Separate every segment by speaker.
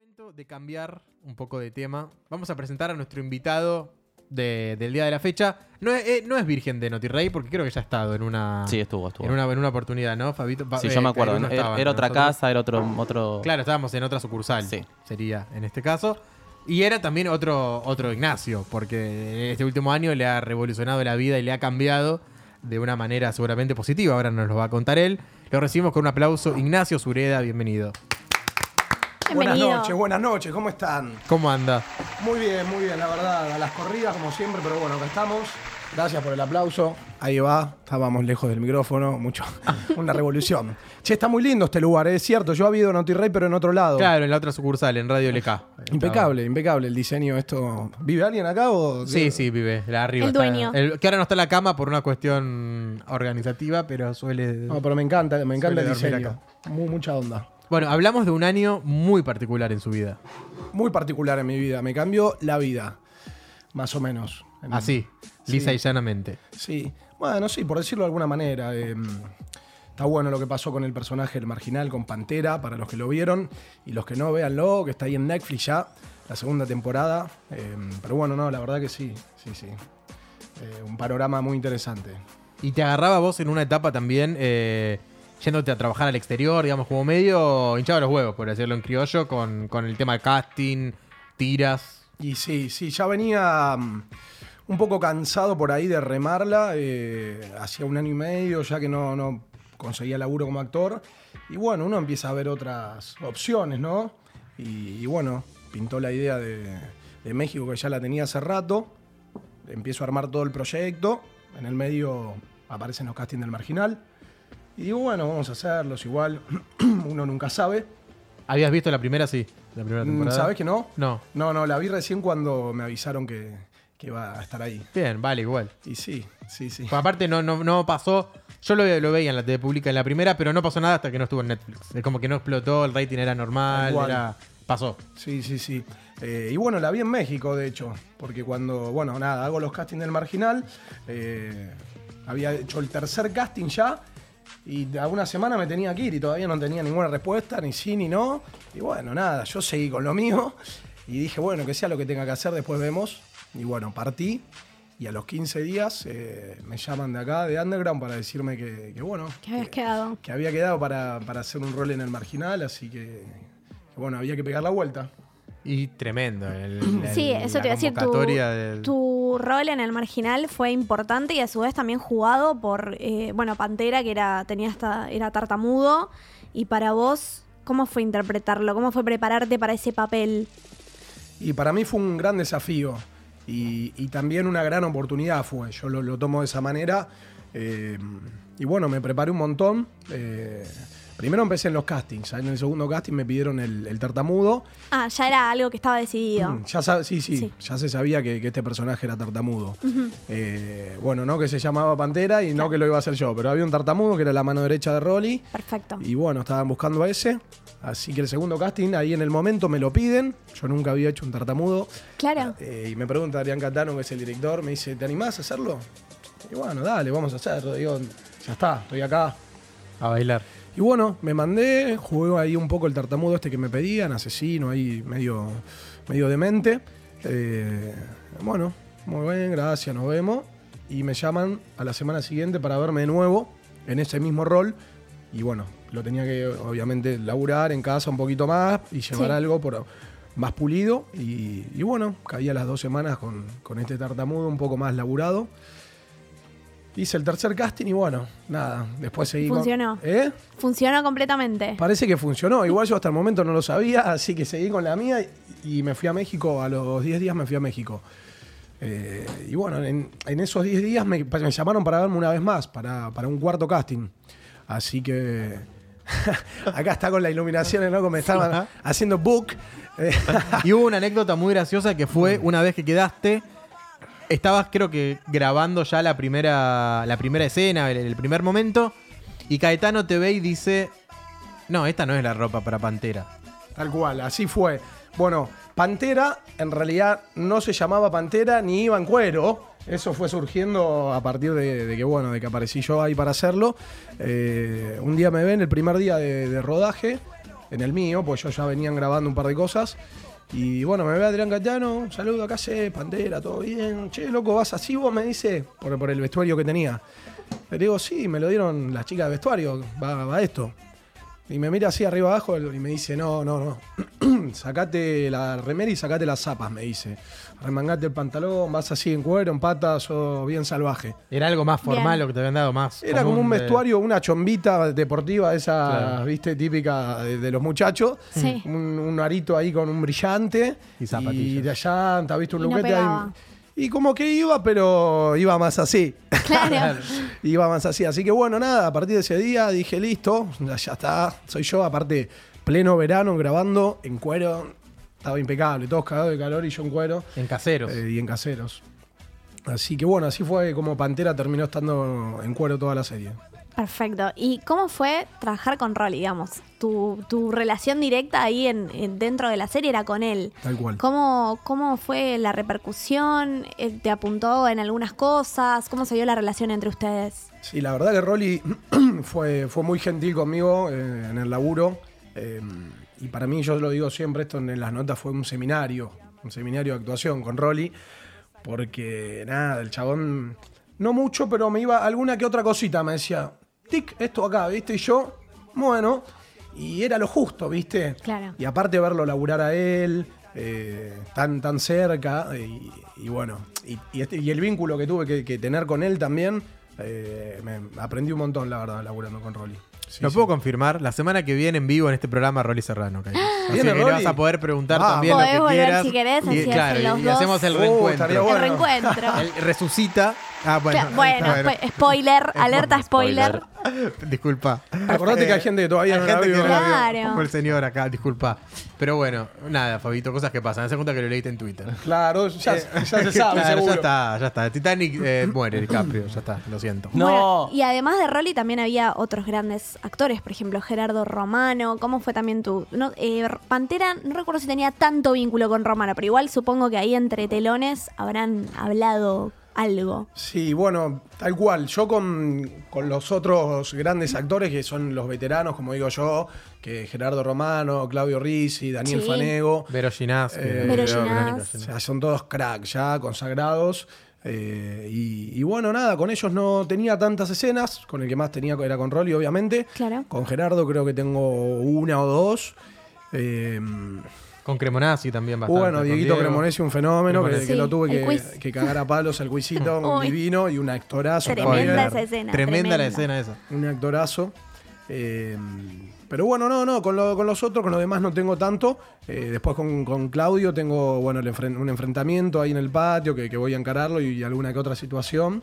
Speaker 1: momento de cambiar un poco de tema. Vamos a presentar a nuestro invitado de- del día de la fecha. No es, eh, no es virgen de Notirrey, porque creo que ya ha estado en una,
Speaker 2: Sí, estuvo, estuvo.
Speaker 1: en una, en una oportunidad, ¿no, Fabito? Fa-
Speaker 2: Sí,
Speaker 1: eh,
Speaker 2: yo me acuerdo.
Speaker 1: Cairú no
Speaker 2: Era,
Speaker 1: estaba,
Speaker 2: era
Speaker 1: ¿no?
Speaker 2: otra
Speaker 1: Nosotros-
Speaker 2: casa, era otro... otro...
Speaker 1: Claro, estábamos en otra sucursal.
Speaker 2: Sí.
Speaker 1: Sería en este caso. Y era también otro, otro Ignacio, porque este último año le ha revolucionado la vida y le ha cambiado de una manera seguramente positiva. Ahora nos lo va a contar él. Lo recibimos con un aplauso. Ignacio Sureda, bienvenido.
Speaker 3: Buenas
Speaker 4: Bienvenido.
Speaker 3: noches, buenas noches, ¿cómo están?
Speaker 1: ¿Cómo anda?
Speaker 3: Muy bien, muy bien, la verdad, a las corridas como siempre, pero bueno, acá estamos. Gracias por el aplauso. Ahí va, estábamos lejos del micrófono, mucho, una revolución. Che, está muy lindo este lugar, ¿eh? es cierto, yo había ido a Notirrey, pero en otro lado.
Speaker 1: Claro, en la otra sucursal, en Radio LK.
Speaker 3: Impecable, impecable el diseño esto. ¿Vive alguien acá o...?
Speaker 1: Sí, sí, vive, la arriba.
Speaker 4: El
Speaker 1: está-
Speaker 4: dueño.
Speaker 1: el- que ahora no está en la cama por una cuestión organizativa, pero suele...
Speaker 3: No, pero me encanta, me encanta
Speaker 1: Suele
Speaker 3: el
Speaker 1: dormir
Speaker 3: diseño. Muy, mucha onda.
Speaker 1: Bueno, hablamos de un año muy particular en su vida.
Speaker 3: Muy particular en mi vida, me cambió la vida, más o menos. En-
Speaker 1: Así, lisa y llanamente.
Speaker 3: Sí, bueno, sí, por decirlo de alguna manera. eh, está bueno lo que pasó con el personaje, el marginal, con Pantera, para los que lo vieron. Y los que no, véanlo, que está ahí en Netflix ya, la segunda temporada. eh, pero bueno, no, la verdad que sí, sí, sí. Eh, un panorama muy interesante.
Speaker 1: Y te agarraba vos en una etapa también, eh, yéndote a trabajar al exterior, digamos, como medio hinchado los huevos, por decirlo en criollo, con, con el tema de casting, tiras.
Speaker 3: Y sí, sí, ya venía mm, un poco cansado por ahí de remarla. eh, hacía un año y medio ya que no, no conseguía laburo como actor. Y bueno, uno empieza a ver otras opciones, ¿no? Y, y bueno, pintó la idea de, de México que ya la tenía hace rato. Empiezo a armar todo el proyecto. En el medio aparecen los castings del marginal. Y digo, bueno, vamos a hacerlos igual. uno nunca sabe.
Speaker 1: ¿Habías visto la primera? Sí, la primera temporada.
Speaker 3: Mm, ¿Sabes que no?
Speaker 1: No.
Speaker 3: No, no, la vi recién cuando me avisaron que, que iba a estar ahí.
Speaker 1: Bien, vale, igual.
Speaker 3: Y sí, sí, sí.
Speaker 1: Pues Aparte, no, no, no pasó. Yo lo, lo veía en la TV pública en la primera, pero no pasó nada hasta que no estuvo en Netflix. Es como que no explotó, el rating era normal,
Speaker 3: Tal cual.
Speaker 1: era- pasó.
Speaker 3: Sí, sí, sí. Eh, y bueno, la vi en México, de hecho, porque cuando, bueno, nada, hago los castings del marginal, eh, había hecho el tercer casting ya, y a una semana me tenía que ir y todavía no tenía ninguna respuesta, ni sí, ni no. Y bueno, nada, yo seguí con lo mío y dije, bueno, que sea lo que tenga que hacer, después vemos. Y bueno, partí. Y a los 15 días eh, me llaman de acá, de Underground, para decirme que, que bueno,
Speaker 4: Que habías quedado.
Speaker 3: que había quedado para, para hacer un rol en el marginal, así que, que bueno, había que pegar la vuelta.
Speaker 1: Y tremendo. el- el-
Speaker 4: Sí, eso
Speaker 1: la
Speaker 4: te iba a decir. Tu,
Speaker 1: convocatoria del-
Speaker 4: tu rol en el marginal fue importante y a su vez también jugado por, eh, bueno, Pantera, que era, tenía hasta, era tartamudo. Y para vos, ¿cómo fue interpretarlo? ¿Cómo fue prepararte para ese papel?
Speaker 3: Y para mí fue un gran desafío y, y también una gran oportunidad fue. Yo lo, lo tomo de esa manera. eh, y bueno, me preparé un montón. eh, primero empecé en los castings. En el segundo casting me pidieron el, el tartamudo.
Speaker 4: Ah, ya era algo que estaba decidido.
Speaker 3: Mm, Ya sa- sí, sí,
Speaker 4: Sí.
Speaker 3: ya se sabía que, que este personaje era tartamudo. Eh, bueno, no que se llamaba Pantera y no que lo iba a hacer yo, pero había un tartamudo que era la mano derecha de Rolly.
Speaker 4: Perfecto.
Speaker 3: Y bueno, estaban buscando a ese. Así que el segundo casting, ahí en el momento me lo piden. Yo nunca había hecho un tartamudo.
Speaker 4: Claro.
Speaker 3: Eh, y me pregunta Adrián Catano, que es el director, me dice, ¿te animás a hacerlo? Y bueno, dale, vamos a hacerlo. Digo, ya está, estoy acá.
Speaker 1: A bailar.
Speaker 3: Y bueno, me mandé, jugué ahí un poco el tartamudo este que me pedían, asesino, ahí medio, medio demente. Eh, bueno, muy bien, gracias, nos vemos. Y me llaman a la semana siguiente para verme de nuevo en ese mismo rol. Y bueno, lo tenía que obviamente laburar en casa un poquito más y llevar
Speaker 4: Sí.
Speaker 3: algo por, más pulido. Y, y bueno, caía las dos semanas con, con este tartamudo un poco más laburado. Hice el tercer casting y bueno, nada, después seguí. con-
Speaker 4: Funcionó.
Speaker 3: ¿Eh?
Speaker 4: Funcionó completamente.
Speaker 3: Parece que funcionó. Igual yo hasta el momento no lo sabía, así que seguí con la mía y y me fui a México. A los 10 días me fui a México. Eh, y bueno, en, en esos 10 días me, me llamaron para verme una vez más, para, para un cuarto casting. Así que. acá está con la iluminación, ¿no? Como me estaban haciendo book. Eh,
Speaker 1: Y hubo una anécdota muy graciosa que fue una vez que quedaste, estabas creo que grabando ya la primera, la primera escena, el, el primer momento, y Caetano te ve y dice, no, esta no es la ropa para Pantera.
Speaker 3: Tal cual, así fue. Bueno, Pantera en realidad no se llamaba Pantera ni iba en cuero. Eso fue surgiendo a partir de, de que, bueno, de que aparecí yo ahí para hacerlo. Eh, un día me ven, el primer día de, de rodaje, en el mío, pues yo ya venían grabando un par de cosas. Y bueno, me ve Adrián Cayano, un saludo acá, sé, Pantera, todo bien. Che, loco, vas así vos, me dice, por, por el vestuario que tenía. Le digo, sí, me lo dieron las chicas de vestuario, va, va esto. Y me mira así arriba abajo y me dice, no, no, no. sacate la remera y sacate las zapas, me dice. Remangate el pantalón, vas así en cuero, en patas o bien salvaje.
Speaker 1: Era algo más formal
Speaker 4: Bien.
Speaker 1: lo que te habían dado más.
Speaker 3: Era como un
Speaker 1: de-
Speaker 3: vestuario, una chombita deportiva, esa,
Speaker 1: eh, Claro.
Speaker 3: viste, típica de, de los muchachos.
Speaker 4: Sí.
Speaker 3: Un, un arito ahí con un brillante.
Speaker 1: Y zapatillas.
Speaker 3: Y de llanta, viste,
Speaker 4: Y
Speaker 3: un
Speaker 4: no
Speaker 3: luquete
Speaker 4: pegaba.
Speaker 3: ahí. Y como que iba, pero iba más así.
Speaker 4: Claro.
Speaker 3: Iba más así. Así que bueno, nada, a partir de ese día dije, listo, ya, ya está, soy yo. Aparte, pleno verano, grabando en cuero. Estaba impecable, todos cagados de calor y yo en cuero
Speaker 1: En caseros.
Speaker 3: eh, y en caseros. Así que bueno, así fue como Pantera terminó estando en cuero toda la serie.
Speaker 4: Perfecto. ¿Y cómo fue trabajar con Rolly, digamos? Tu, tu relación directa ahí en, en- dentro de la serie era con él.
Speaker 3: Tal cual.
Speaker 4: ¿Cómo, ¿Cómo fue la repercusión? Eh, ¿Te apuntó en algunas cosas? ¿Cómo se dio la relación entre ustedes?
Speaker 3: Sí, la verdad que Rolly fue, fue muy gentil conmigo eh, en el laburo. eh, y para mí, yo lo digo siempre, esto en las notas fue un seminario, un seminario de actuación con Rolly. Porque nada, el chabón, no mucho, pero me iba alguna que otra cosita. Me decía, tic, esto acá, ¿viste? Y yo, bueno, y era lo justo, ¿viste?
Speaker 4: Claro.
Speaker 3: Y aparte verlo laburar a él, eh, tan, tan cerca, eh, y, y bueno, y, y este- y el vínculo que tuve que, que tener con él también, eh, me aprendí un montón, la verdad, laburando con Rolly. Sí,
Speaker 1: lo
Speaker 3: sí.
Speaker 1: puedo confirmar. La semana que viene en vivo en este programa, Rolly Serrano. Cayo. Así que
Speaker 3: ¿Viene
Speaker 1: le
Speaker 3: Rolly?
Speaker 1: vas a poder preguntar
Speaker 3: Vamos.
Speaker 1: también lo
Speaker 4: Ah. Podés
Speaker 1: que
Speaker 4: volver
Speaker 1: quieras.
Speaker 4: si querés, así
Speaker 1: y,
Speaker 4: hacen
Speaker 1: claro, y-
Speaker 4: los
Speaker 1: y
Speaker 4: dos.
Speaker 1: hacemos el
Speaker 3: Uh, estaría
Speaker 1: reencuentro.
Speaker 3: bueno.
Speaker 4: El reencuentro.
Speaker 1: El- resucita. Ah, bueno.
Speaker 4: Cla- bueno, pues.
Speaker 1: Está
Speaker 4: spo- spoiler, alerta spoiler.
Speaker 1: Disculpa. Eh,
Speaker 3: Acordate que hay gente que todavía
Speaker 1: Hay
Speaker 3: no la
Speaker 1: gente que
Speaker 3: vio.
Speaker 1: no la vio,
Speaker 4: Claro.
Speaker 1: Como el señor acá, disculpa. Pero bueno, nada, Fabito, cosas que pasan. Hace cuenta que lo leíste en Twitter.
Speaker 3: Claro, ya, ya se sabe,
Speaker 1: Eh, Claro,
Speaker 3: seguro.
Speaker 1: ya está, ya está. Titanic eh, muere, DiCaprio, ya está, lo siento.
Speaker 2: No.
Speaker 4: Bueno, y además de Rolly también había otros grandes actores, por ejemplo Gerardo Romano. ¿Cómo fue también tu no, eh, Pantera? No recuerdo si tenía tanto vínculo con Romano, pero igual supongo que ahí entre telones habrán hablado algo.
Speaker 3: Sí, bueno, tal cual. Yo con, con los otros grandes actores, que son los veteranos, como digo yo, que Gerardo Romano, Claudio Rizzi, Daniel
Speaker 4: Sí.
Speaker 3: Fanego,
Speaker 1: Vero Ginás.
Speaker 3: Eh,
Speaker 4: Vero
Speaker 1: Verónica
Speaker 4: Ginás.
Speaker 3: o
Speaker 1: Ginás.
Speaker 3: sea, son todos cracks ya, consagrados. eh, y, y bueno, nada, con ellos no tenía tantas escenas, con el que más tenía era con Rolly, obviamente.
Speaker 4: Claro.
Speaker 3: Con Gerardo creo que tengo una o dos. Eh,
Speaker 1: Con Cremonazzi también bastante.
Speaker 3: bueno,
Speaker 1: con
Speaker 3: Dieguito
Speaker 1: Diego.
Speaker 3: Cremonesi, un fenómeno que,
Speaker 1: Cremonesi.
Speaker 3: que lo
Speaker 4: Sí,
Speaker 3: tuve
Speaker 4: el quiz.
Speaker 3: que, que cagar a palos al cuisito, un
Speaker 4: Uy.
Speaker 3: divino y un actorazo.
Speaker 4: Tremenda
Speaker 3: también.
Speaker 1: Spoiler.
Speaker 4: esa escena,
Speaker 1: Tremenda la escena
Speaker 4: tremenda.
Speaker 1: esa.
Speaker 3: Un actorazo. Eh, pero bueno, no, no, con, lo- con los otros, con los demás no tengo tanto. Eh, después con, con Claudio tengo bueno, el enfren- un enfrentamiento ahí en el patio que, que voy a encararlo y, alguna que otra situación.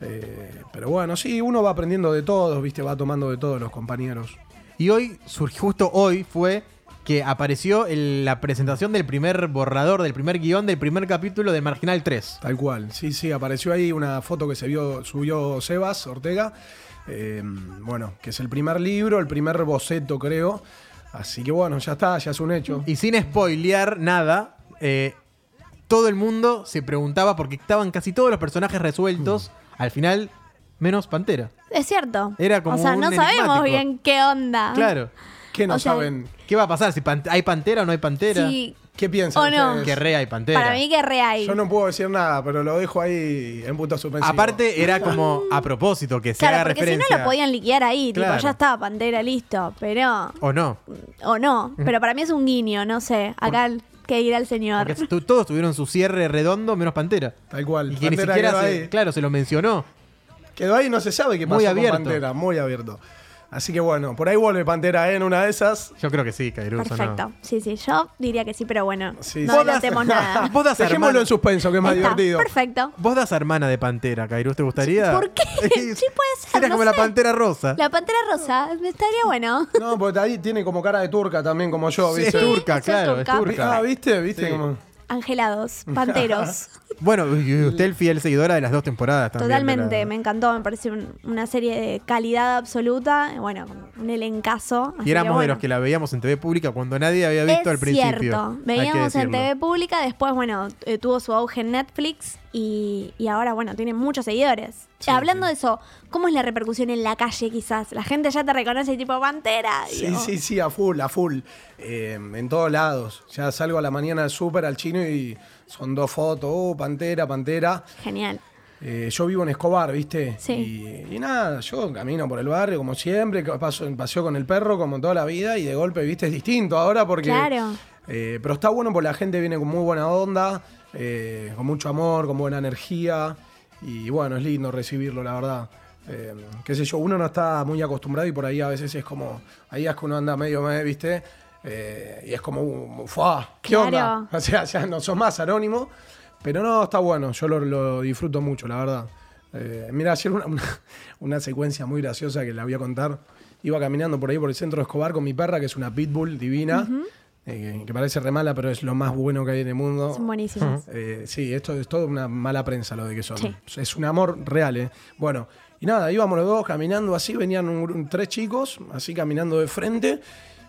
Speaker 3: Eh, pero bueno, sí, uno va aprendiendo de todos, ¿viste? Va tomando de todos los compañeros.
Speaker 1: Y hoy, surgió, justo hoy, fue que apareció el- la presentación del primer borrador, del primer guión, del primer capítulo de Marginal 3.
Speaker 3: Tal cual, sí, sí, apareció ahí una foto que se vio, subió Sebas Ortega, eh, bueno, que es el primer libro, el primer boceto creo, así que bueno, ya está, ya es un hecho.
Speaker 1: Y sin spoilear nada, eh, todo el mundo se preguntaba porque estaban casi todos los personajes resueltos al final, menos Pantera.
Speaker 4: Es cierto.
Speaker 1: Era como
Speaker 4: o sea,
Speaker 1: un
Speaker 4: no sabemos
Speaker 1: enigmático.
Speaker 4: bien qué onda.
Speaker 1: Claro.
Speaker 3: ¿Qué no
Speaker 4: O sea,
Speaker 3: saben?
Speaker 1: ¿Qué va a pasar? ¿Si pan- ¿Hay pantera o no hay pantera?
Speaker 4: Sí,
Speaker 3: ¿Qué piensan
Speaker 4: o Oh, no.
Speaker 3: ustedes?
Speaker 1: Que re hay pantera.
Speaker 4: para mí que re hay.
Speaker 3: Yo no puedo decir nada, pero lo dejo ahí en punto suspensivo.
Speaker 1: Aparte, era como a propósito que se
Speaker 4: claro,
Speaker 1: haga
Speaker 4: porque
Speaker 1: referencia.
Speaker 4: si no lo podían liquear ahí,
Speaker 1: Claro.
Speaker 4: tipo, ya está, Pantera, listo. Pero,
Speaker 1: O no.
Speaker 4: o no, pero para mí es un guiño, no sé. Acá el- que irá el señor.
Speaker 1: Porque tu- todos tuvieron su cierre redondo menos pantera.
Speaker 3: Tal cual,
Speaker 1: Y que ni
Speaker 3: Pantera
Speaker 1: siquiera
Speaker 3: quedó
Speaker 1: se,
Speaker 3: ahí.
Speaker 1: claro, se lo mencionó.
Speaker 3: Quedó ahí, no se sabe qué
Speaker 1: Muy
Speaker 3: pasó con
Speaker 1: abierto.
Speaker 3: Pantera, muy abierto. Así que bueno, por ahí vuelve Pantera ¿eh? en una de esas.
Speaker 1: Yo creo que sí, Cairuso.
Speaker 4: Perfecto. Sí, sí, yo diría que sí, pero bueno,
Speaker 3: Sí,
Speaker 4: no
Speaker 3: sí.
Speaker 4: adelantemos nada.
Speaker 1: Vos das
Speaker 3: Dejémoslo
Speaker 1: hermano.
Speaker 3: en suspenso, que es más
Speaker 4: Ahí está,
Speaker 3: divertido.
Speaker 4: Perfecto.
Speaker 1: Vos das hermana de pantera, Cairus, ¿te gustaría?
Speaker 4: ¿Por qué? Sí, puede ser,
Speaker 1: Era
Speaker 4: no
Speaker 1: como la
Speaker 4: sé.
Speaker 1: pantera rosa.
Speaker 4: La pantera rosa, estaría bueno.
Speaker 3: No, porque ahí tiene como cara de turca también, como yo,
Speaker 1: Sí,
Speaker 3: ¿viste?
Speaker 1: es turca,
Speaker 4: soy
Speaker 1: claro, es
Speaker 4: turca.
Speaker 1: turca.
Speaker 3: Ah, ¿viste? ¿Viste?
Speaker 1: Sí.
Speaker 3: Como...
Speaker 4: Angelados, panteros.
Speaker 1: Bueno, y- y usted el fiel seguidora de las dos temporadas también. de la-
Speaker 4: Totalmente, me encantó, me parece un- una serie de calidad absoluta. Bueno, un elencazo. así
Speaker 1: Y éramos de
Speaker 4: bueno.
Speaker 1: los que la veíamos en TV pública cuando nadie había visto
Speaker 4: es
Speaker 1: al principio.
Speaker 4: Cierto.
Speaker 1: hay que
Speaker 4: Veíamos en
Speaker 1: decirlo.
Speaker 4: TV pública, después, bueno, eh, tuvo su auge en Netflix y, y ahora, bueno, tiene muchos seguidores. Hablando de eso, ¿cómo es la repercusión en la calle quizás? La gente ya te reconoce tipo Pantera.
Speaker 3: Sí,
Speaker 4: digo.
Speaker 3: sí, sí, a full, a full. Eh, en todos lados. Ya salgo a la mañana al súper, al chino y son dos fotos. Oh, pantera, pantera.
Speaker 4: Genial.
Speaker 3: Eh, yo vivo en Escobar, ¿viste?
Speaker 4: Sí.
Speaker 3: Y, y nada, yo camino por el barrio como siempre, que paso, paseo con el perro como toda la vida y de golpe, ¿viste? Es distinto ahora porque...
Speaker 4: Claro.
Speaker 3: Eh, pero está bueno porque la gente viene con muy buena onda, eh, con mucho amor, con buena energía y bueno, es lindo recibirlo, la verdad. Eh, qué sé yo, uno no está muy acostumbrado y por ahí a veces es como, ahí es que uno anda medio, mes, ¿viste? Eh, y es como, uh, ¡fua! ¿Qué
Speaker 4: Claro.
Speaker 3: onda? O sea, ya no sos más anónimo. Pero no, está bueno. Yo lo, lo disfruto mucho, la verdad. Eh, mira, ayer una, una, una secuencia muy graciosa que la voy a contar. Iba caminando por ahí, por el centro de Escobar, con mi perra, que es una pitbull divina. eh, que parece re mala, pero es lo más bueno que hay en el mundo.
Speaker 4: Son buenísimas.
Speaker 3: Eh, sí, esto es todo una mala prensa lo de que son.
Speaker 4: Sí.
Speaker 3: Es un amor real, ¿eh? Bueno, y nada, íbamos los dos caminando así, venían un gru- tres chicos, así caminando de frente,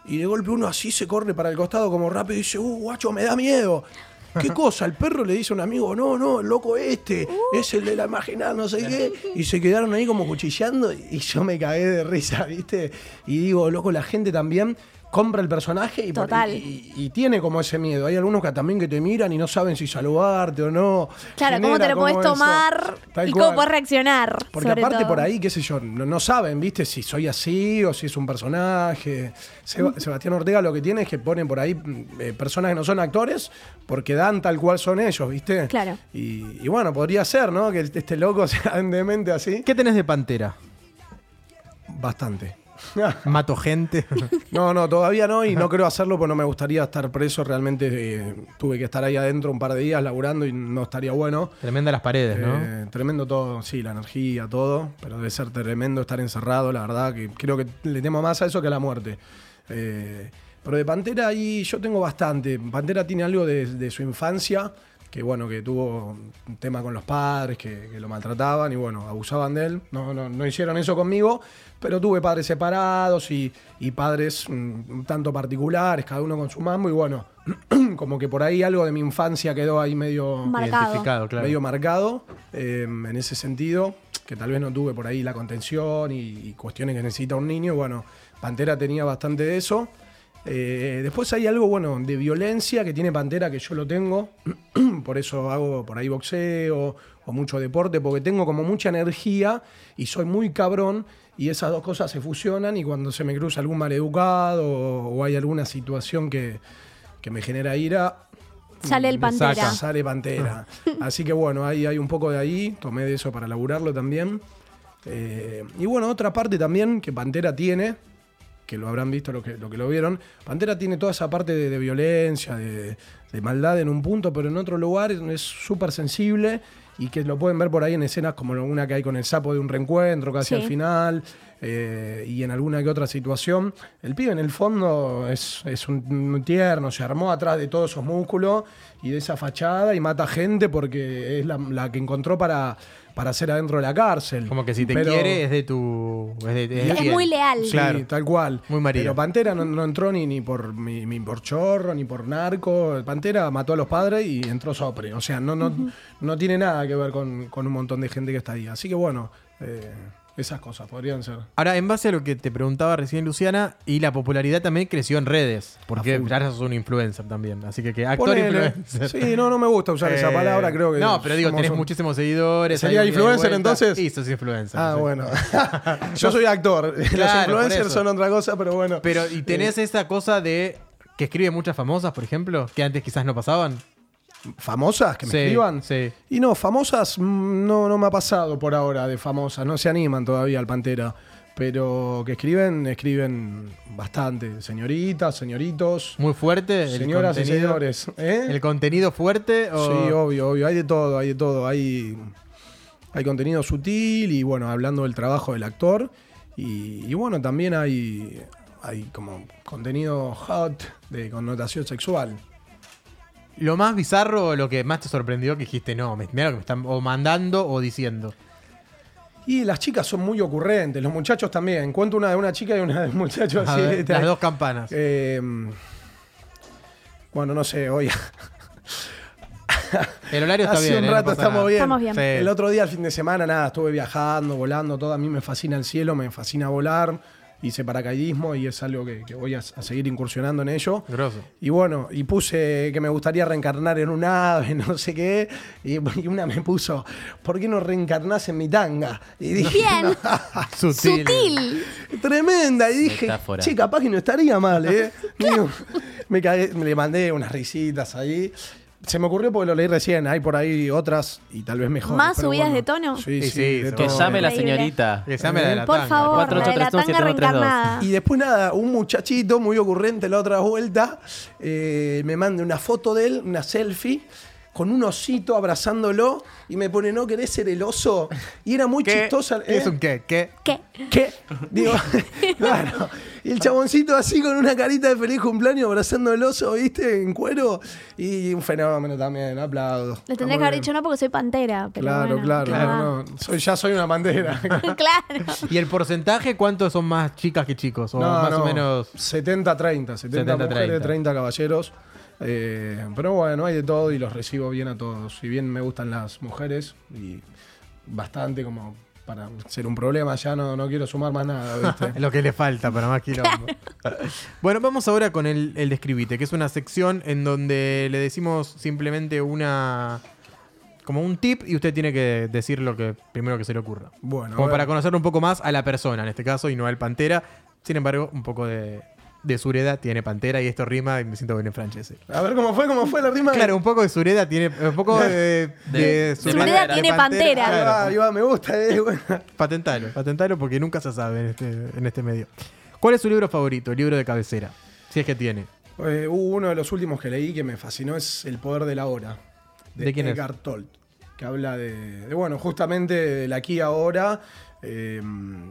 Speaker 3: y de golpe uno así se corre para el costado como rápido y dice, ¡uh, guacho, me da miedo! ¿Qué cosa? El perro le dice a un amigo, no, no, el loco este, es el de la imaginada, no sé qué. Y se quedaron ahí como cuchillando y yo me cagué de risa, ¿viste? Y digo, loco, la gente también compra el personaje y, por-
Speaker 4: Total.
Speaker 3: y- y- y tiene como ese miedo. Hay algunos que también que te miran y no saben si saludarte o no.
Speaker 4: Claro, ¿cómo te
Speaker 3: Genera
Speaker 4: lo
Speaker 3: como
Speaker 4: podés
Speaker 3: eso.
Speaker 4: tomar
Speaker 3: Tal
Speaker 4: y cómo
Speaker 3: cual.
Speaker 4: podés reaccionar?
Speaker 3: Porque
Speaker 4: sobre
Speaker 3: aparte
Speaker 4: todo.
Speaker 3: por ahí, qué sé yo, no, no saben, ¿viste? Si soy así o si es un personaje. Seba-
Speaker 4: Mm.
Speaker 3: Sebastián Ortega lo que tiene es que ponen por ahí mm, eh, personas que no son actores porque dan tal cual son ellos, ¿viste?
Speaker 4: Claro.
Speaker 3: Y, y bueno, podría ser, ¿no? Que este loco sea un demente así.
Speaker 1: ¿Qué tenés de Pantera?
Speaker 3: Bastante.
Speaker 1: ¿Mato gente?
Speaker 3: No, no, todavía no y no creo hacerlo porque no me gustaría estar preso. Realmente eh, tuve que estar ahí adentro un par de días laburando y no estaría bueno.
Speaker 1: Tremenda las paredes, ¿no?
Speaker 3: Eh, tremendo todo, sí, la energía, todo, pero debe ser tremendo estar encerrado, la verdad, que creo que le temo más a eso que a la muerte. Eh, pero de Pantera ahí yo tengo bastante. Pantera tiene algo de, de su infancia, que bueno, que tuvo un tema con los padres, que, que lo maltrataban y bueno, abusaban de él. No, no, no hicieron eso conmigo, pero tuve padres separados y, y padres mm, un tanto particulares, cada uno con su mambo y bueno, como que por ahí algo de mi infancia quedó ahí medio
Speaker 4: Marcado.
Speaker 1: Identificado, claro.
Speaker 3: medio marcado eh, en ese sentido, que tal vez no tuve por ahí la contención y, y cuestiones que necesita un niño. Bueno, Pantera tenía bastante de eso. Eh, después hay algo, bueno, de violencia que tiene Pantera que yo lo tengo, por eso hago por ahí boxeo o mucho deporte, porque tengo como mucha energía y soy muy cabrón y esas dos cosas se fusionan y cuando se me cruza algún maleducado o, o hay alguna situación que, que me genera ira,
Speaker 4: Sale el
Speaker 1: Me
Speaker 4: Pantera.
Speaker 1: saca.
Speaker 3: Sale Pantera. Así que bueno, ahí hay un poco de ahí. Tomé de eso para laburarlo también. Eh, y bueno, otra parte también que Pantera tiene, que lo habrán visto lo que, lo que lo vieron. Pantera tiene toda esa parte de, de violencia, de, de maldad en un punto, pero en otro lugar es súper sensible y que lo pueden ver por ahí en escenas como una que hay con el sapo de un reencuentro
Speaker 4: Sí.
Speaker 3: casi al final eh, y en alguna que otra situación. El pibe en el fondo es, es un, un tierno, se armó atrás de todos esos músculos y de esa fachada y mata gente porque es la, la que encontró para, para hacer adentro de la cárcel.
Speaker 1: Como que si te
Speaker 3: Pero-
Speaker 1: quiere es de tu... Es, de-
Speaker 4: Es
Speaker 1: fiel.
Speaker 4: muy leal.
Speaker 3: Sí,
Speaker 1: Claro.
Speaker 3: tal cual.
Speaker 1: Muy marido.
Speaker 3: Pero Pantera no, no entró ni, ni por ni, ni por chorro, ni por narco. Pantera mató a los padres y entró sopre. O sea, no, no, no tiene nada que ver con, con un montón de gente que está ahí. Así que bueno, eh, esas cosas podrían ser.
Speaker 1: Ahora, en base a lo que te preguntaba recién Luciana, y la popularidad también creció en redes, porque
Speaker 3: A full.
Speaker 1: ya sos un influencer también, así que, que actor
Speaker 3: Ponele.
Speaker 1: influencer.
Speaker 3: Sí, no, no me gusta usar esa
Speaker 1: Eh,
Speaker 3: palabra, creo que.
Speaker 1: No, pero digo,
Speaker 3: somos
Speaker 1: tenés
Speaker 3: un-
Speaker 1: muchísimos seguidores.
Speaker 3: ¿Sería
Speaker 1: ahí,
Speaker 3: influencer,
Speaker 1: de vuelta.
Speaker 3: entonces?
Speaker 1: Sí, sos influencer.
Speaker 3: Ah,
Speaker 1: sí.
Speaker 3: bueno. Yo soy actor.
Speaker 1: Claro,
Speaker 3: Los
Speaker 1: por
Speaker 3: influencers
Speaker 1: eso.
Speaker 3: son otra cosa, pero bueno.
Speaker 1: Pero, ¿y tenés esa cosa de que escribe muchas famosas, por ejemplo, que antes quizás no pasaban?
Speaker 3: ¿Famosas que me
Speaker 1: Sí,
Speaker 3: escriban?
Speaker 1: sí.
Speaker 3: Y no, famosas mm, no, no me ha pasado por ahora de famosas, no se animan todavía al Pantera. Pero que escriben, escriben bastante. Señoritas, señoritos,
Speaker 1: Muy fuerte. el
Speaker 3: señoras y
Speaker 1: contenido-
Speaker 3: señores. ¿eh?
Speaker 1: ¿El contenido fuerte o
Speaker 3: Sí, obvio, obvio. Hay de todo, hay de todo. Hay, hay contenido sutil y bueno, hablando del trabajo del actor. Y, y, bueno, también hay, hay como contenido hot de connotación sexual.
Speaker 1: lo más bizarro o lo que más te sorprendió que dijiste, no, me- mirá lo que me están o mandando o diciendo?
Speaker 3: Y las chicas son muy ocurrentes, los muchachos también. Cuento una de una chica y una de un muchacho
Speaker 1: A
Speaker 3: así.
Speaker 1: ver,
Speaker 3: ¿viste? Em,
Speaker 1: las dos campanas.
Speaker 3: Eh, bueno, no sé, hoy.
Speaker 1: El horario está
Speaker 3: Hace
Speaker 1: bien.
Speaker 3: un
Speaker 1: eh, no
Speaker 3: rato
Speaker 1: pasa
Speaker 3: estamos
Speaker 1: nada.
Speaker 3: bien.
Speaker 4: Estamos bien.
Speaker 1: Sí.
Speaker 3: El otro día, el fin de semana, nada, estuve viajando, volando, todo. A mí me fascina el cielo, me fascina volar. Hice paracaidismo y es algo que, que voy a, a seguir incursionando en ello.
Speaker 1: Grosso.
Speaker 3: Y bueno, y puse que me gustaría reencarnar en un ave, no sé qué. Y, y una me puso, ¿por qué no reencarnás en mi tanga? Y dije,
Speaker 4: Bien,
Speaker 3: Ah,
Speaker 1: Sutil.
Speaker 4: sutil.
Speaker 3: Tremenda. Y dije,
Speaker 2: Metáfora.
Speaker 3: che, capaz que no estaría mal, ¿eh? Digo, me, cagué- me le mandé unas risitas ahí. Se me ocurrió porque lo leí recién. Hay por ahí otras y tal vez mejor.
Speaker 4: ¿Más
Speaker 3: pero
Speaker 4: subidas de tono?
Speaker 3: Sí,
Speaker 1: Sí,
Speaker 3: sí.
Speaker 1: sí,
Speaker 3: de
Speaker 1: seguro.
Speaker 2: Que
Speaker 3: todo.
Speaker 2: llame la
Speaker 4: Increíble.
Speaker 2: señorita.
Speaker 1: Que se llame la de la
Speaker 4: Por
Speaker 1: tanga.
Speaker 4: favor,
Speaker 2: Cuatro,
Speaker 4: la de
Speaker 2: ocho,
Speaker 4: la
Speaker 2: tres, uno,
Speaker 4: tanga
Speaker 2: siete, uno, tres, dos.
Speaker 4: reencarnada.
Speaker 3: Y después nada, un muchachito muy ocurrente la otra vuelta eh, me manda una foto de él, una selfie, con un osito abrazándolo y me pone, no querés ser el oso. Y era muy
Speaker 1: ¿Qué?
Speaker 3: chistosa.
Speaker 1: ¿Qué es
Speaker 3: ¿eh?
Speaker 1: un qué? ¿Qué?
Speaker 4: ¿Qué?
Speaker 3: ¿Qué? Digo, claro. Y el chaboncito así con una carita de feliz cumpleaños abrazando el oso, ¿viste? En cuero. Y un fenómeno también,
Speaker 4: Le
Speaker 3: aplaudo. Está muy
Speaker 4: tendría que haber
Speaker 3: bien.
Speaker 4: dicho no porque soy pantera. pero
Speaker 3: Claro,
Speaker 4: bueno,
Speaker 3: claro.
Speaker 4: claro.
Speaker 3: no, no, soy- ya soy una bandera.
Speaker 4: Claro.
Speaker 1: ¿Y el porcentaje cuántos son más chicas que chicos? O más o menos.
Speaker 3: 70-30, 70,
Speaker 1: 70-30.
Speaker 3: mujeres, 30 caballeros. Eh, pero bueno, hay de todo y los recibo bien a todos. Si bien me gustan las mujeres, y bastante como para ser un problema, ya no, no quiero sumar más nada, ¿viste?
Speaker 1: Lo que le falta para más quilombo. bueno, vamos ahora con el, el describite, que es una sección en donde le decimos simplemente una. como un tip y usted tiene que decir lo que primero que se le ocurra.
Speaker 3: Bueno, a
Speaker 1: Como
Speaker 3: ver.
Speaker 1: para conocer un poco más a la persona en este caso y no al pantera. Sin embargo, un poco de, de sureda tiene pantera y esto rima y me siento bien en francés.
Speaker 3: A ver cómo fue, cómo fue la rima.
Speaker 1: Claro, un poco de sureda tiene. Un poco de. de,
Speaker 2: De- Sureda
Speaker 1: de
Speaker 4: tiene pantera.
Speaker 3: Ahí Ah, va,
Speaker 1: Claro.
Speaker 3: ahí va, me gusta, eh, bueno.
Speaker 1: Patentalo, patentalo porque nunca se sabe en este, en este medio. ¿Cuál es su libro favorito? El libro de cabecera. Si es que tiene.
Speaker 3: Eh, hubo uno de los últimos que leí que me fascinó es El poder de la hora.
Speaker 1: ¿De quién es?
Speaker 3: Eckhart Tolle, que habla de, de, bueno, justamente del aquí y ahora. eh,